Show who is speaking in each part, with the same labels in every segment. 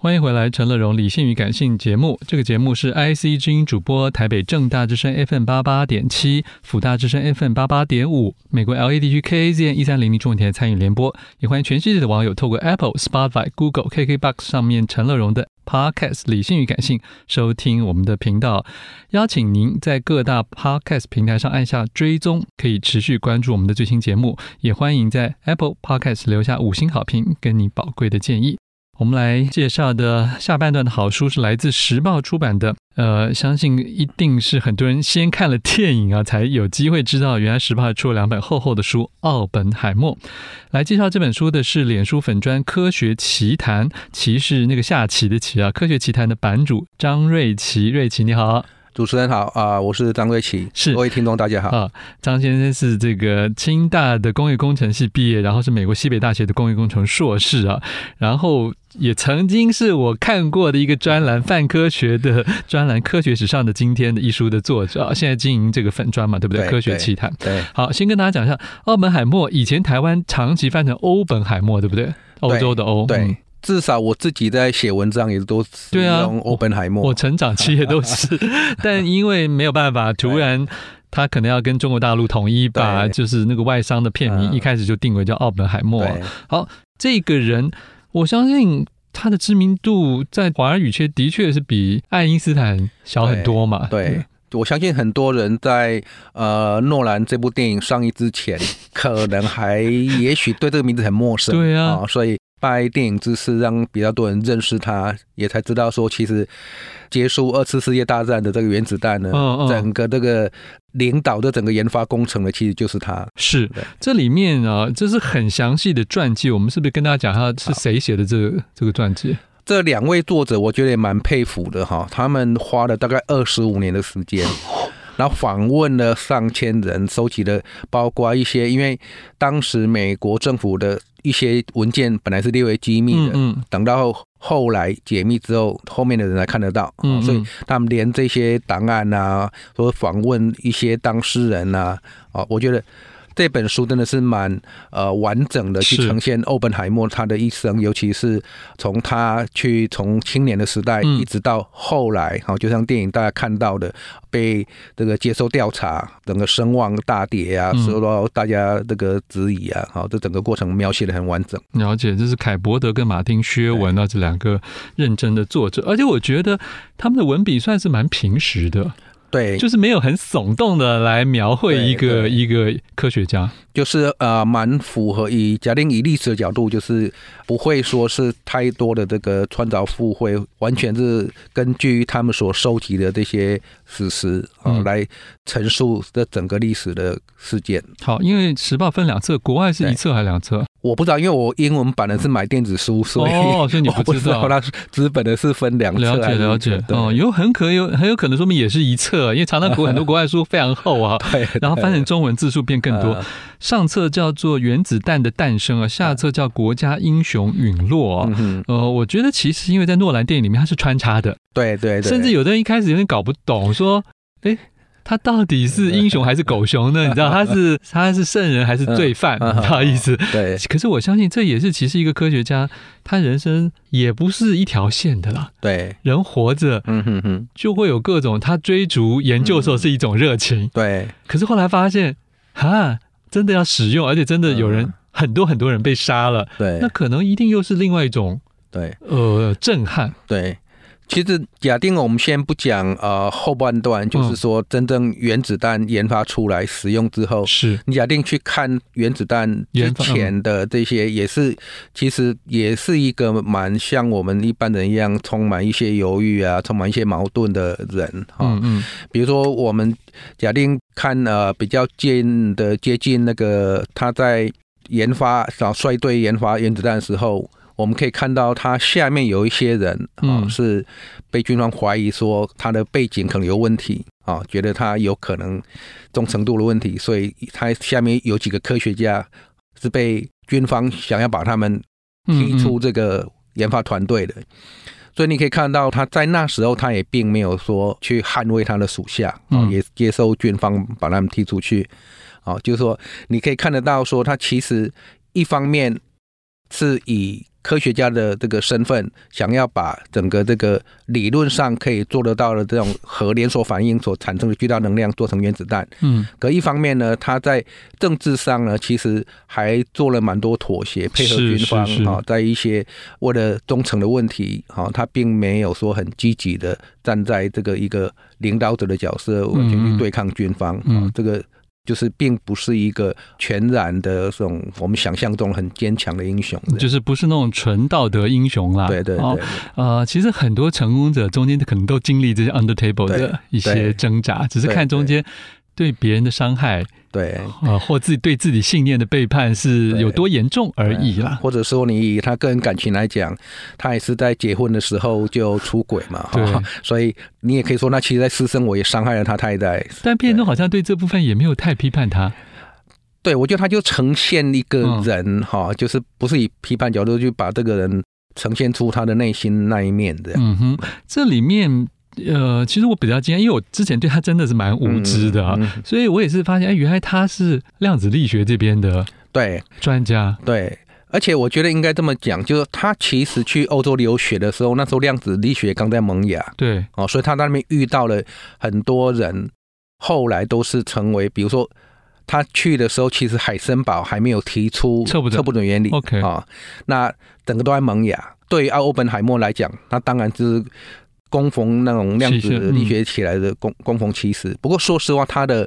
Speaker 1: 欢迎回来，《陈乐融理性与感性》节目。这个节目是 IC 之音主播，台北正大之声 FM 八八点七，辅大之声 FM 八八点五，美国 E LA 地区 KAZN 一三零零中文台参与联播。也欢迎全世界的网友透过 Apple、Spotify、Google、KKBox 上面陈乐融的 Podcast《理性与感性》收听我们的频道。邀请您在各大 Podcast 平台上按下追踪，可以持续关注我们的最新节目。也欢迎在 Apple Podcast 留下五星好评，跟你宝贵的建议。我们来介绍的下半段的好书是来自时报出版的，呃，相信一定是很多人先看了电影啊，才有机会知道原来时报出了两本厚厚的书《奥本海默》。来介绍这本书的是脸书粉砖科学奇谈，奇是那个下棋的棋啊，科学奇谈的版主张瑞奇，瑞奇你好。
Speaker 2: 主持人好啊、我是张瑞奇，
Speaker 1: 是
Speaker 2: 各位听众大家好。
Speaker 1: 啊，张先生是这个清大的工业工程系毕业，然后是美国西北大学的工业工程硕士啊，然后也曾经是我看过的一个专栏《泛科学》的 专栏《科学史上的今天》的一书的作者啊，现在经营这个粉专嘛，对不对？
Speaker 2: 对
Speaker 1: 科学
Speaker 2: 对
Speaker 1: 奇谈。
Speaker 2: 对，
Speaker 1: 好，先跟大家讲一下，奥本海默以前台湾长期翻成欧本海默，对不对？欧洲的欧，
Speaker 2: 对
Speaker 1: 嗯
Speaker 2: 至少我自己在写文章也都是
Speaker 1: 对啊
Speaker 2: 用欧本海默
Speaker 1: 我。成长期也都 是，但因为没有办法，突然他可能要跟中国大陆统一吧，
Speaker 2: 对
Speaker 1: 就是那个外商的片名
Speaker 2: 嗯
Speaker 1: 一开始就定为叫奥本海默。
Speaker 2: 对
Speaker 1: 这个人，我相信他的知名度在华语圈的确是比爱因斯坦小很多嘛。
Speaker 2: 对，我相信很多人在呃诺兰这部电影上映之前，可能还也许对这个名字很陌 生。哦
Speaker 1: 对啊
Speaker 2: 所以拜电影之师让比较多人认识他，也才知道说其实结束二次世界大战的这个原子弹呢，
Speaker 1: 嗯嗯
Speaker 2: 整个这个领导的整个研发工程呢，其实就是他。
Speaker 1: 是
Speaker 2: 对
Speaker 1: 这里面啊，这是很详细的传记，我们是不是跟大家讲一下是谁写的这个这个传记？
Speaker 2: 这两位作者，我觉得也蛮佩服的哈，他们花了大概二十五年的时间，然后访问了上千人，收集了包括一些因为当时美国政府的一些文件本来是列为机密
Speaker 1: 嗯
Speaker 2: 的，
Speaker 1: 嗯
Speaker 2: 等到后来解密之后，后面的人才看得到，啊
Speaker 1: 嗯嗯
Speaker 2: 所以他们连这些档案啊，说访问一些当事人啊，哦，我觉得。这本书真的是蛮呃完整的去
Speaker 1: 是
Speaker 2: 呈现欧本海默他的一生，尤其是从他去从青年的时代
Speaker 1: 嗯
Speaker 2: 一直到后来，好、就像电影大家看到的，被这个接受调查，整个声望大跌啊，
Speaker 1: 嗯
Speaker 2: 受到大家这个质疑啊，好、这整个过程描写的很完整。
Speaker 1: 了解，这是凯伯德跟马丁·薛文啊，这两个认真的作者，而且我觉得他们的文笔算是蛮平实的，
Speaker 2: 对，
Speaker 1: 就是没有很耸动的来描绘一个
Speaker 2: 对对
Speaker 1: 一个科学家。
Speaker 2: 就是呃，蛮符合以假定以历史的角度，就是不会说是太多的这个穿凿附会，完全是根据他们所收集的这些史实啊、
Speaker 1: 嗯
Speaker 2: 来陈述这整个历史的事件。
Speaker 1: 好，因为时报分两册，国外是一册还是两册？
Speaker 2: 我不知道，因为我英文版的是买电子书，所以、
Speaker 1: 哦，所以你
Speaker 2: 我
Speaker 1: 不
Speaker 2: 不
Speaker 1: 知
Speaker 2: 知
Speaker 1: 道
Speaker 2: 道。那纸本的是分两册
Speaker 1: 了
Speaker 2: 还
Speaker 1: 解
Speaker 2: 是
Speaker 1: 了解
Speaker 2: 一册
Speaker 1: 哦，有很可有很有可能说明也是一册，因为常常国很多国外书非常厚 啊，
Speaker 2: 对，对
Speaker 1: 然后翻成中文字数变更 多
Speaker 2: 呃。
Speaker 1: 上册叫做《原子弹的诞生》啊，下册叫《国家英雄陨落》啊。
Speaker 2: 嗯哼，
Speaker 1: 呃，我觉得其实因为在诺兰电影里面它是穿插的，
Speaker 2: 对对对，
Speaker 1: 甚至有的人一开始有点搞不懂，说，哎，他到底是英雄还是狗熊 呢？你知道他是他是圣人还是罪犯？
Speaker 2: 嗯嗯
Speaker 1: 不好意思，
Speaker 2: 对
Speaker 1: 可是我相信这也是其实一个科学家他人生也不是一条线的啦，
Speaker 2: 对，
Speaker 1: 人活着。
Speaker 2: 嗯哼哼，
Speaker 1: 就会有各种他追逐研究的时候是一种热情，
Speaker 2: 对
Speaker 1: 可是后来发现，哈，真的要使用，而且真的有人、
Speaker 2: 嗯
Speaker 1: 很多很多人被杀了，
Speaker 2: 对
Speaker 1: 那可能一定又是另外一种
Speaker 2: 对。
Speaker 1: 呃震撼。
Speaker 2: 对，其实假定我们先不讲呃后半段，就是说真正原子弹研发出来使用之后，
Speaker 1: 是，
Speaker 2: 你假定去看原子弹之
Speaker 1: 研发嗯
Speaker 2: 前的这些，也是其实也是一个蛮像我们一般人一样，充满一些犹豫啊，充满一些矛盾的人哈。
Speaker 1: 嗯嗯，
Speaker 2: 比如说我们假定看呃比较近的接近那个他在研发啊衰退研发原子弹的时候，我们可以看到他下面有一些人啊、
Speaker 1: 嗯
Speaker 2: 是被军方怀疑说他的背景可能有问题啊、觉得他有可能忠诚度的问题，所以他下面有几个科学家是被军方想要把他们
Speaker 1: 嗯
Speaker 2: 踢出这个研发团队的。所以你可以看到，他在那时候他也并没有说去捍卫他的属下，哦
Speaker 1: 嗯
Speaker 2: 也接受军方把他们踢出去。哦，就是说你可以看得到，说他其实一方面是以科学家的这个身份，想要把整个这个理论上可以做得到的这种核连锁反应所产生的巨大能量做成原子弹。
Speaker 1: 嗯，
Speaker 2: 可一方面呢，他在政治上呢，其实还做了蛮多妥协，配合
Speaker 1: 是
Speaker 2: 军方
Speaker 1: 是是
Speaker 2: 啊、在一些为了忠诚的问题，哈、他并没有说很积极的站在这个一个领导者的角色完全
Speaker 1: 嗯嗯
Speaker 2: 去对抗军方，啊
Speaker 1: 嗯
Speaker 2: 这个。就是并不是一个全然的这种我们想象中很坚强的英雄，
Speaker 1: 就是不是那种纯道德英雄啦。
Speaker 2: 对对对
Speaker 1: 哦，呃，其实很多成功者中间可能都经历这些 under table
Speaker 2: 对
Speaker 1: 的一些
Speaker 2: 对
Speaker 1: 挣扎，只是
Speaker 2: 对
Speaker 1: 看中
Speaker 2: 对
Speaker 1: 间对别人的伤害，
Speaker 2: 对，
Speaker 1: 呃，或自己对自己信念的背叛是
Speaker 2: 对
Speaker 1: 有多严重而已啦。
Speaker 2: 或者说你以他个人感情来讲，他也是在结婚的时候就出轨嘛，
Speaker 1: 对
Speaker 2: 哈，所以你也可以说，那其实在私生活也伤害了他太太。
Speaker 1: 但片中好像对这部分也没有太批判他，
Speaker 2: 对，我觉得他就呈现一个人哈、就是不是以批判角度去把这个人呈现出他的内心那一面的。
Speaker 1: 嗯哼，这里面呃，其实我比较惊讶，因为我之前对他真的是蛮无知的啊、
Speaker 2: 嗯嗯
Speaker 1: 所以我也是发现，哎，原来他是量子力学这边的
Speaker 2: 对
Speaker 1: 专家，
Speaker 2: 对。而且我觉得应该这么讲，就是他其实去欧洲留学的时候，那时候量子力学刚在萌芽，
Speaker 1: 对，
Speaker 2: 哦，所以他在那边遇到了很多人，后来都是成为，比如说他去的时候，其实海森堡还没有提出
Speaker 1: 测不准
Speaker 2: 原理
Speaker 1: OK
Speaker 2: 啊、那整个都在萌芽。对于奥欧本海默来讲，那当然就是攻逢那种量
Speaker 1: 其实
Speaker 2: 子
Speaker 1: 嗯
Speaker 2: 力学起来的攻攻逢其时。不过说实话，他的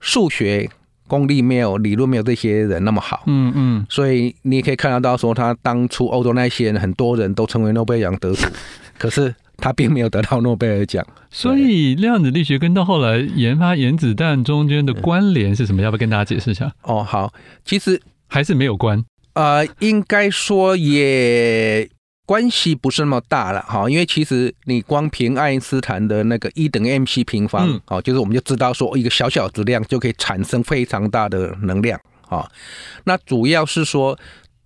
Speaker 2: 数学功力没有理论没有这些人那么好。
Speaker 1: 嗯嗯，
Speaker 2: 所以你也可以看得到，说他当初欧洲那些人很多人都成为诺贝尔奖得主，可是他并没有得到诺贝尔奖。
Speaker 1: 所以量子力学跟到后来研发原子弹中间的关联是什么？要不要跟大家解释一下？
Speaker 2: 哦，好，其实
Speaker 1: 还是没有关？
Speaker 2: 呃，应该说也关系不是那么大了哈，因为其实你光凭爱因斯坦的那个一等于 mc 平方，
Speaker 1: 嗯
Speaker 2: 哦，就是我们就知道说一个小小质量就可以产生非常大的能量啊、哦。那主要是说，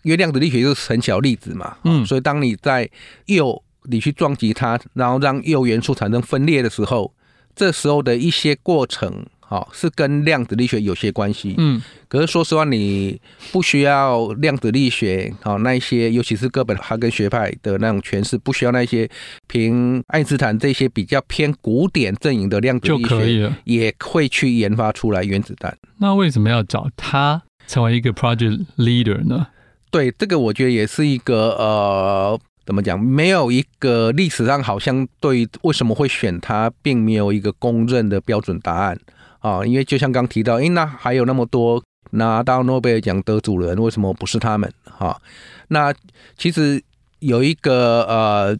Speaker 2: 因为量子力学就是很小粒子嘛，
Speaker 1: 嗯
Speaker 2: 所以当你在铀你去撞击它，然后让铀元素产生分裂的时候，这时候的一些过程，好、哦、是跟量子力学有些关系。
Speaker 1: 嗯
Speaker 2: 可是说实话，你不需要量子力学哦，那一些尤其是哥本哈根学派的那种诠释，不需要那些凭爱因斯坦这些比较偏古典阵营的量子
Speaker 1: 就
Speaker 2: 力
Speaker 1: 可以
Speaker 2: 学，
Speaker 1: 了。
Speaker 2: 也会去研发出来原子弹。
Speaker 1: 那为什么要找他成为一个 project leader 呢？
Speaker 2: 对，这个我觉得也是一个呃，怎么讲？没有一个历史上好像对于为什么会选它，并没有一个公认的标准答案啊、因为就像刚提到，诶，那还有那么多拿到诺贝尔奖得主人，为什么不是他们？哈、那其实有一个呃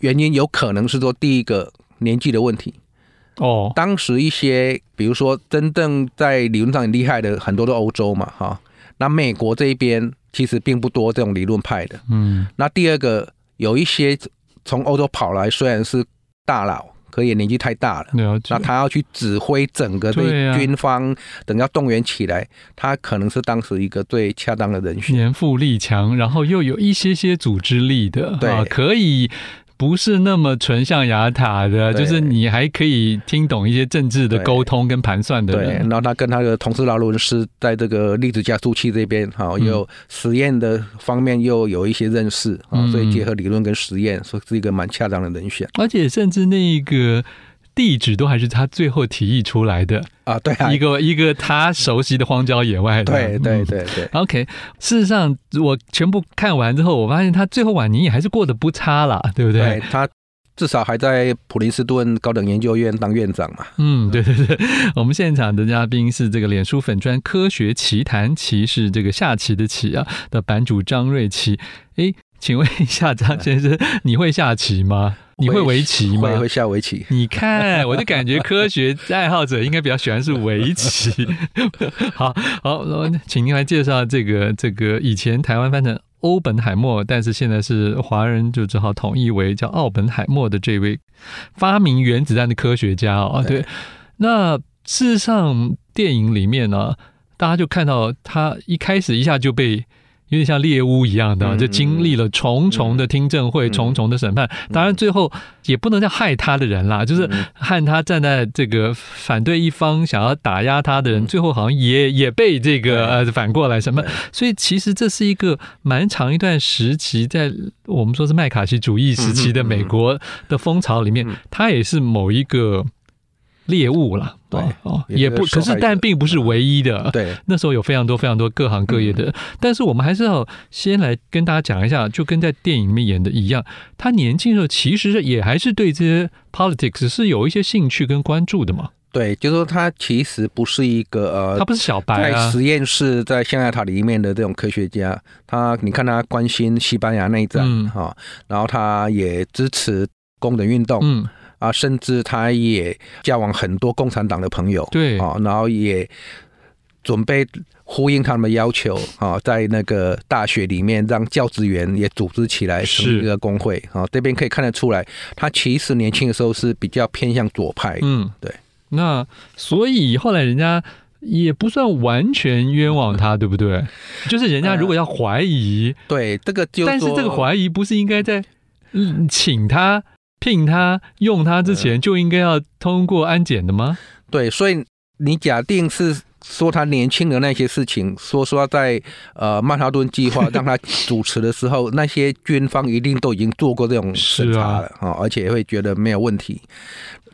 Speaker 2: 原因，有可能是说第一个年纪的问题。
Speaker 1: 哦，
Speaker 2: 当时一些，比如说真正在理论上很厉害的，很多都欧洲嘛，哈。那美国这一边其实并不多这种理论派的。
Speaker 1: 嗯
Speaker 2: 那第二个，有一些从欧洲跑来，虽然是大佬，可也年纪太大了。
Speaker 1: 了解
Speaker 2: 那。他要去指挥整个
Speaker 1: 对啊
Speaker 2: 对军方，等要动员起来，他可能是当时一个最恰当的人选。
Speaker 1: 年富力强，然后又有一些些组织力的，
Speaker 2: 对
Speaker 1: 啊，可以不是那么纯象牙塔的，
Speaker 2: 对
Speaker 1: 就是你还可以听懂一些政治的
Speaker 2: 对
Speaker 1: 沟通跟盘算的
Speaker 2: 对，
Speaker 1: 人
Speaker 2: 然，后他跟他的同事劳伦斯在这个粒子加速器这边，哈、
Speaker 1: 嗯
Speaker 2: 有实验的方面又有一些认识啊、
Speaker 1: 嗯
Speaker 2: 所以结合理论跟实验，所以是一个蛮恰当的人选
Speaker 1: 而且甚至那个地址都还是他最后提议出来的，
Speaker 2: 啊。对啊
Speaker 1: 一，个一个他熟悉的荒郊野外的，
Speaker 2: 对对
Speaker 1: 嗯。
Speaker 2: 对对，
Speaker 1: OK，事实上，我全部看完之后，我发现他最后晚年也还是过得不差啦，对不对？
Speaker 2: 对他至少还在普林斯顿高等研究院当院长嘛。
Speaker 1: 嗯，对对 对，我们现场的嘉宾是这个脸书粉砖科学奇谈棋是这个下棋的棋啊的版主张瑞奇。诶，请问一下张先生，你会下棋吗？你会围棋吗
Speaker 2: 会？会下围 棋。
Speaker 1: 你看，我就感觉科学爱好者应该比较喜欢是围棋。好好，呃请您来介绍这个这个以前台湾翻成欧本海默，但是现在是华人就只好统一为叫奥本海默的这位发明原子弹的科学家哦。对，那事实上电影里面呢、大家就看到他一开始一下就被有点像猎巫一样的，
Speaker 2: 嗯
Speaker 1: 就经历了重重的听证会、
Speaker 2: 嗯
Speaker 1: 重重的审判。当然，最后也不能叫害他的人啦，就是
Speaker 2: 嗯
Speaker 1: 和他站在这个反对一方想要打压他的人，
Speaker 2: 嗯
Speaker 1: 最后好像也也被这个呃反过来审判
Speaker 2: 对。
Speaker 1: 所以，其实这是一个蛮长一段时期，在我们说是麦卡锡主义时期的
Speaker 2: 嗯嗯嗯
Speaker 1: 美国的风潮里面
Speaker 2: 嗯，
Speaker 1: 他也是某一个猎物啦。
Speaker 2: 对
Speaker 1: 哦，
Speaker 2: 也
Speaker 1: 也
Speaker 2: 是
Speaker 1: 不，可
Speaker 2: 受害
Speaker 1: 是
Speaker 2: 者
Speaker 1: 但并不是唯一的，
Speaker 2: 对，嗯
Speaker 1: 那时候有非常多非常多各行各业的人，但是我们还是要先来跟大家讲一下，就跟在电影里面演的一样，他年轻的时候其实也还是对这些 politics 是有一些兴趣跟关注的嘛，
Speaker 2: 对，就是说他其实不是一个呃，
Speaker 1: 他不是小白
Speaker 2: 在
Speaker 1: 啊，
Speaker 2: 实验室在象牙塔里面的这种科学家，他你看他关心西班牙内战
Speaker 1: 嗯
Speaker 2: 哈、然后他也支持工人运动、
Speaker 1: 嗯，
Speaker 2: 啊，甚至他也交往很多共产党的朋友，
Speaker 1: 对，
Speaker 2: 啊，然后也准备呼应他们的要求啊，在那个大学里面让教职员也组织起来成
Speaker 1: 是
Speaker 2: 立一个工会啊，这边可以看得出来，他其实年轻的时候是比较偏向左派，
Speaker 1: 嗯，
Speaker 2: 对，
Speaker 1: 那所以后来人家。也不算完全冤枉他，对不对？就是人家如果要怀疑，
Speaker 2: 对，这个就是
Speaker 1: 但是
Speaker 2: 说
Speaker 1: 这个怀疑不是应该在嗯请他、聘他、用他之前就应该要通过安检的吗？
Speaker 2: 对，所以你假定是说他年轻的那些事情，说说在呃曼哈顿计划让他主持的时候，那些军方一定都已经做过这种审查了啊、哦而且会觉得没有问题。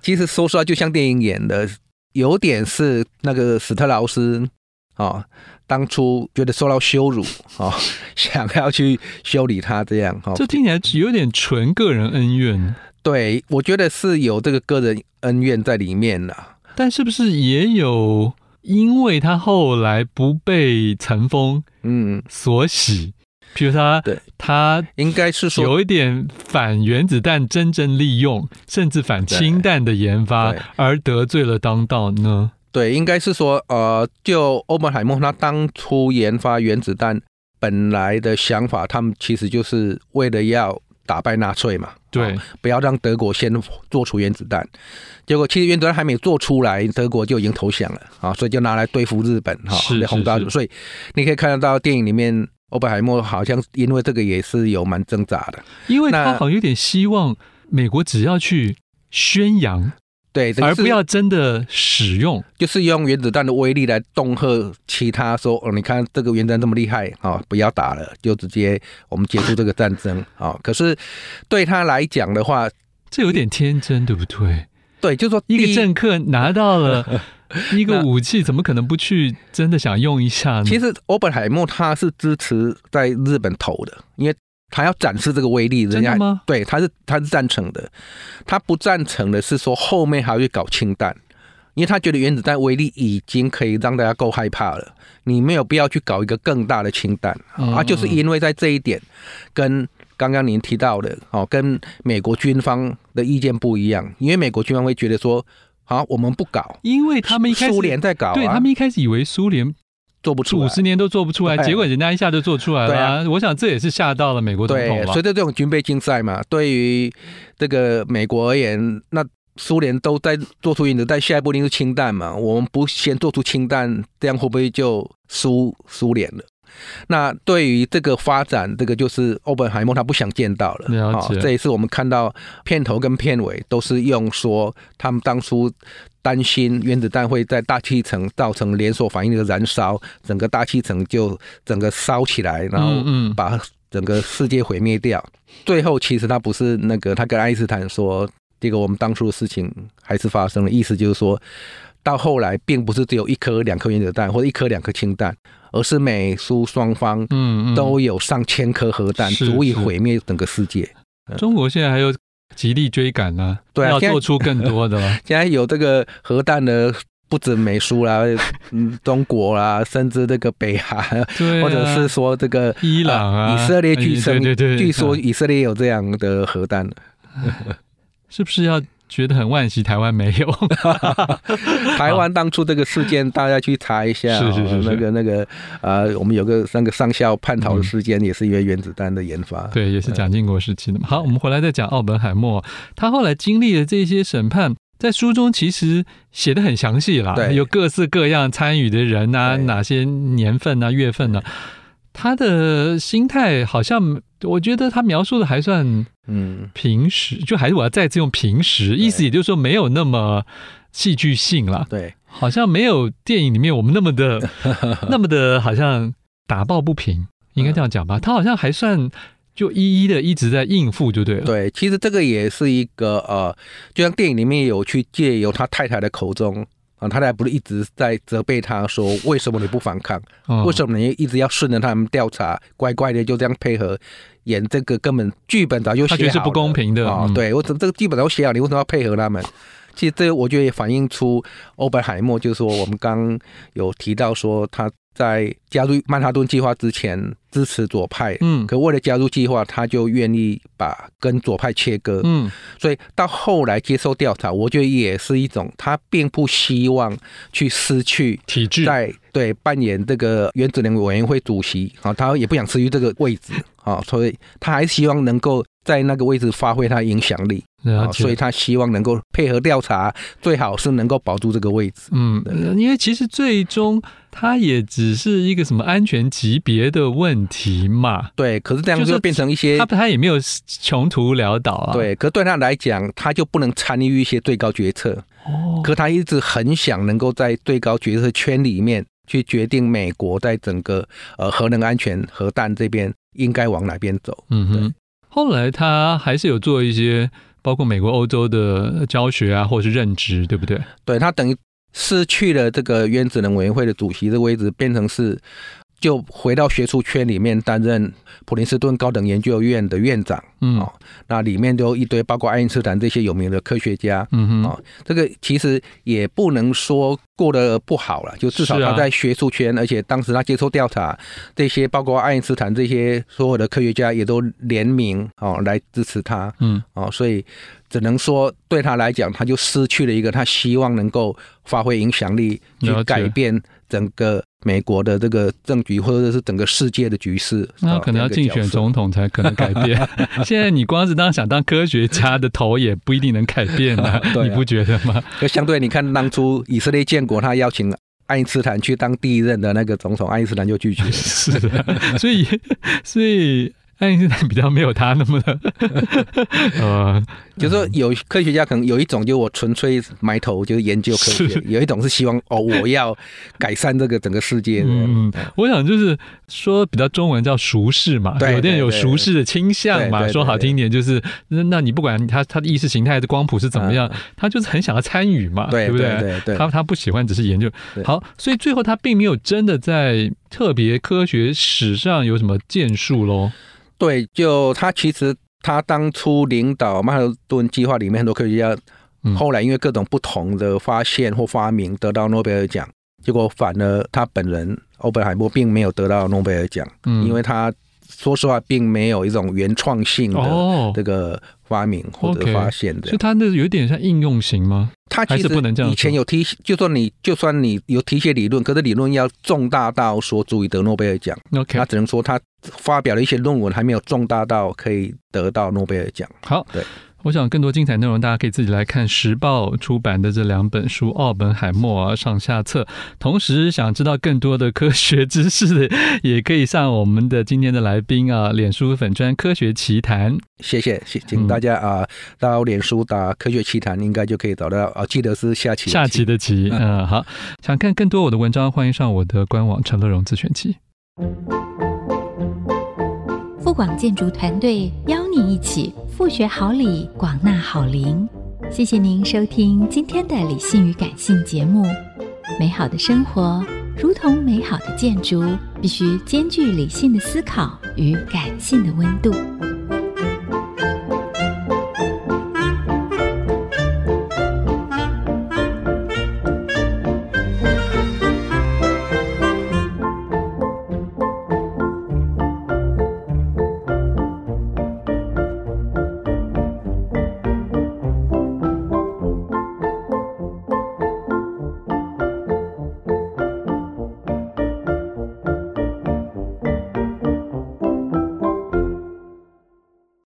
Speaker 2: 其实说实话，就像电影演的，有点是那个史特劳斯。啊、当初觉得受到羞辱啊、哦 想要去修理他这样哈、哦
Speaker 1: 这听起来有点纯个人恩怨，
Speaker 2: 对我觉得是有这个个人恩怨在里面的、
Speaker 1: 但是不是也有因为他后来不被尘封
Speaker 2: 嗯，
Speaker 1: 所洗？比如他
Speaker 2: 对，
Speaker 1: 他
Speaker 2: 应该是说
Speaker 1: 有一点反原子弹真正利用，甚至反氢弹的研发
Speaker 2: 对对，
Speaker 1: 而得罪了当道呢？
Speaker 2: 对，应该是说，呃，就欧本海默他当初研发原子弹本来的想法，他们其实就是为了要打败纳粹嘛，
Speaker 1: 对
Speaker 2: 哦，不要让德国先做出原子弹。结果其实原子弹还没做出来，德国就已经投降了啊，所以就拿来对付日本哈，
Speaker 1: 是
Speaker 2: 来轰炸
Speaker 1: 是是
Speaker 2: 所以你可以看得到电影里面，欧本海默好像因为这个也是有蛮挣扎的。
Speaker 1: 因为他
Speaker 2: 那
Speaker 1: 好像有点希望美国只要去宣扬，
Speaker 2: 对，这
Speaker 1: 而
Speaker 2: 是
Speaker 1: 不要真的使用。
Speaker 2: 就是用原子弹的威力来恫吓其他说，哦，你看这个原子弹这么厉害啊、哦，不要打了，就直接我们结束这个战争啊、哦。可是对他来讲的话，
Speaker 1: 这有点天真，对不对？
Speaker 2: 对，就是说
Speaker 1: 一
Speaker 2: 第
Speaker 1: 个政客拿到 了一个武器，怎么可能不去真的想用一下呢？
Speaker 2: 其实欧本海默他是支持在日本投的，因为他要展示这个威力，人
Speaker 1: 真
Speaker 2: 家
Speaker 1: 的吗？
Speaker 2: 对他是他是赞成的，他不赞成的是说后面还会搞氢弹。因为他觉得原子弹威力已经可以让大家够害怕了，你没有必要去搞一个更大的氢弹。
Speaker 1: 嗯
Speaker 2: 啊，就是因为在这一点，跟刚刚您提到的哦，跟美国军方的意见不一样，因为美国军方会觉得说，好、我们不搞，
Speaker 1: 因为他们一开始
Speaker 2: 苏联在搞、啊，
Speaker 1: 对他们一开始以为苏联
Speaker 2: 做不出
Speaker 1: 五
Speaker 2: 来，
Speaker 1: 十年都做不出来，
Speaker 2: 对
Speaker 1: 结果人家一下就做出来了、
Speaker 2: 对啊
Speaker 1: 我想这也是吓到了美国总统
Speaker 2: 对，
Speaker 1: 了嗯
Speaker 2: 随。着这种军备竞赛嘛，对于这个美国而言，那苏联都在做出原子弹，下一步一定是氢弹嘛，我们不先做出氢弹，这样会不会就输苏联了？那对于这个发展，这个就是欧本海默他不想见到了。
Speaker 1: 了
Speaker 2: 啊
Speaker 1: 解
Speaker 2: 这也是我们看到片头跟片尾都是用说他们当初担心原子弹会在大气层造成连锁反应的燃烧，整个大气层就整个烧起来，然后
Speaker 1: 嗯嗯
Speaker 2: 把整个世界毁灭掉。最后其实他不是那个，他跟爱因斯坦说，这个我们当初的事情还是发生了，意思就是说。到后来，并不是只有一颗、两颗原子弹，或者一颗、两颗氢弹，而是美苏双方
Speaker 1: 嗯嗯，
Speaker 2: 都有上千颗核弹，
Speaker 1: 是
Speaker 2: 足以
Speaker 1: 是
Speaker 2: 毁灭整个世界。
Speaker 1: 中国现在还有极力追赶呢、
Speaker 2: 对啊
Speaker 1: 要
Speaker 2: 现在
Speaker 1: 做出更多的 了。
Speaker 2: 现在有这个核弹的不止美苏啦，嗯，中国啦，甚至这个北韩，
Speaker 1: 对、啊，
Speaker 2: 或者是说这个
Speaker 1: 伊朗啊，
Speaker 2: 呃以色列据称，
Speaker 1: 哎对对对，
Speaker 2: 据说
Speaker 1: 啊
Speaker 2: 以色列有这样的核弹。
Speaker 1: 是不是要觉得很惋惜，台湾没有？
Speaker 2: 台湾当初这个事件，大家去查一下哦，
Speaker 1: 是是是是
Speaker 2: 那个那个呃，我们有个那个上校叛逃的事件，也是因为原子弹的研发。
Speaker 1: 对，也是蒋经国时期的嘛。好，我们回来再讲奥本海默，他后来经历了这些审判，在书中其实写的很详细啦，
Speaker 2: 对
Speaker 1: 有各式各样参与的人啊，
Speaker 2: 对
Speaker 1: 哪些年份啊、月份啊。他的心态好像，我觉得他描述的还算
Speaker 2: 嗯，
Speaker 1: 平实，就还是我要再次用平实，意思也就是说没有那么戏剧性了，
Speaker 2: 对，
Speaker 1: 好像没有电影里面我们那么 的那么的，好像打抱不平，应该这样讲
Speaker 2: 嗯
Speaker 1: 吧？他好像还算就一一的一直在应付，就对了。
Speaker 2: 对，其实这个也是一个呃，就像电影里面有去借由他太太的口中啊，他太太不是一直在责备他说，为什么你不反抗？
Speaker 1: 嗯
Speaker 2: 为什么你一直要顺着他们调查，乖乖的就这样配合演这个？根本剧本早就写
Speaker 1: 他
Speaker 2: 好
Speaker 1: 觉得是
Speaker 2: 了
Speaker 1: 不公平的
Speaker 2: 啊、
Speaker 1: 嗯
Speaker 2: 对我怎这个剧本早就写好，你为什么要配合他们？其实这个我觉得也反映出欧本海默，就是说我们刚有提到说他在加入曼哈顿计划之前支持左派，
Speaker 1: 嗯
Speaker 2: 可为了加入计划，他就愿意把跟左派切割，
Speaker 1: 嗯
Speaker 2: 所以到后来接受调查，我觉得也是一种他并不希望去失去
Speaker 1: 体制
Speaker 2: 在对扮演这个原子能委员会主席啊、他也不想失去这个位置啊、所以他还希望能够在那个位置发挥他影响力啊、
Speaker 1: 了解，
Speaker 2: 所以他希望能够配合调查，最好是能够保住这个位置。
Speaker 1: 嗯
Speaker 2: 对，
Speaker 1: 因为其实最终它也只是一个什么安全级别的问题嘛，
Speaker 2: 对，可是这样
Speaker 1: 就是
Speaker 2: 就变成一些、
Speaker 1: 它它也没有穷途潦倒啊。，
Speaker 2: 对，可是对他来讲，他就不能参与一些最高决策。
Speaker 1: 哦，
Speaker 2: 可他一直很想能够在最高决策圈里面去决定美国在整个呃核能安全、核弹这边应该往哪边走。
Speaker 1: 嗯哼。后来他还是有做一些包括美国、欧洲的教学啊，或者是任职，对不对？
Speaker 2: 对他等于失去了这个原子能委员会的主席的位置，变成是就回到学术圈里面担任普林斯顿高等研究院的院长。
Speaker 1: 嗯
Speaker 2: 哦那里面都有一堆包括爱因斯坦这些有名的科学家。
Speaker 1: 嗯哼
Speaker 2: 哦，这个其实也不能说过得不好了，就至少
Speaker 1: 是啊
Speaker 2: 他在学术圈，而且当时他接受调查，这些包括爱因斯坦这些所有的科学家也都联名哦来支持他
Speaker 1: 嗯，
Speaker 2: 哦，所以只能说对他来讲，他就失去了一个他希望能够发挥影响力去
Speaker 1: 了解
Speaker 2: 改变整个美国的这个政局或者是整个世界的局势。
Speaker 1: 那
Speaker 2: 哦
Speaker 1: 可能要
Speaker 2: 这样一
Speaker 1: 竞
Speaker 2: 个角
Speaker 1: 选
Speaker 2: 色
Speaker 1: 总统才可能改 变。现在你光是当想当科学家的头也不一定能改变 啊
Speaker 2: 对啊
Speaker 1: 你不觉得吗？。
Speaker 2: 就相对你看当初以色列建国，他邀请爱因斯坦去当第一任的那个总统，爱因斯坦就拒绝
Speaker 1: 是的，所以所以爱因斯坦比较没有他那么的， 呃，
Speaker 2: 就是说有科学家可能有一种，就我纯粹埋头就是研究科学
Speaker 1: 是；
Speaker 2: 有一种是希望哦，我要改善这个整个世界。
Speaker 1: 嗯，我想就是说比较中文叫熟视嘛，
Speaker 2: 对
Speaker 1: 有的人有熟视的倾向
Speaker 2: 对
Speaker 1: 嘛，
Speaker 2: 对对
Speaker 1: 说好听一点就是，那那你不管他他的意识形态的光谱是怎么样，他就是很想要参与嘛，
Speaker 2: 对
Speaker 1: 不
Speaker 2: 对对对
Speaker 1: 他他不喜欢只是研究
Speaker 2: 对，
Speaker 1: 好，所以最后他并没有真的在特别科学史上有什么建树喽，
Speaker 2: 对，就他其实他当初领导曼哈顿计划里面很多科学家
Speaker 1: 嗯，
Speaker 2: 后来因为各种不同的发现或发明得到诺贝尔奖，结果反而他本人欧本海默并没有得到诺贝尔奖，
Speaker 1: 嗯，
Speaker 2: 因为他说实话并没有一种原创性的。
Speaker 1: 哦，
Speaker 2: 这个发明或者
Speaker 1: OK，
Speaker 2: 发现的
Speaker 1: 所以。他那有点像应用型吗？
Speaker 2: 它其
Speaker 1: 还是
Speaker 2: 实
Speaker 1: 不能这样
Speaker 2: 以前有提，就算你就算你有提一些理论，可是理论要重大到说足以得诺贝尔奖，
Speaker 1: OK，
Speaker 2: 那只能说他发表了一些论文还没有重大到可以得到诺贝尔奖。
Speaker 1: 好，
Speaker 2: 对，
Speaker 1: 我想更多精彩内容，大家可以自己来看时报出版的这两本书《奥本海默》啊上下册。同时，想知道更多的科学知识的，也可以上我们的今天的来宾啊，脸书粉专科学奇谈。
Speaker 2: 谢谢，谢
Speaker 1: 嗯
Speaker 2: 请大家啊、到脸书打“科学奇谈”，应该就可以找到啊，记得是下期的
Speaker 1: 下期的期，嗯，好，想看更多我的文章，欢迎上我的官网陈乐融自选集。
Speaker 3: 富广建筑团队邀你一起复学好礼，广纳好邻。谢谢您收听今天的理性与感性节目。美好的生活如同美好的建筑，必须兼具理性的思考与感性的温度。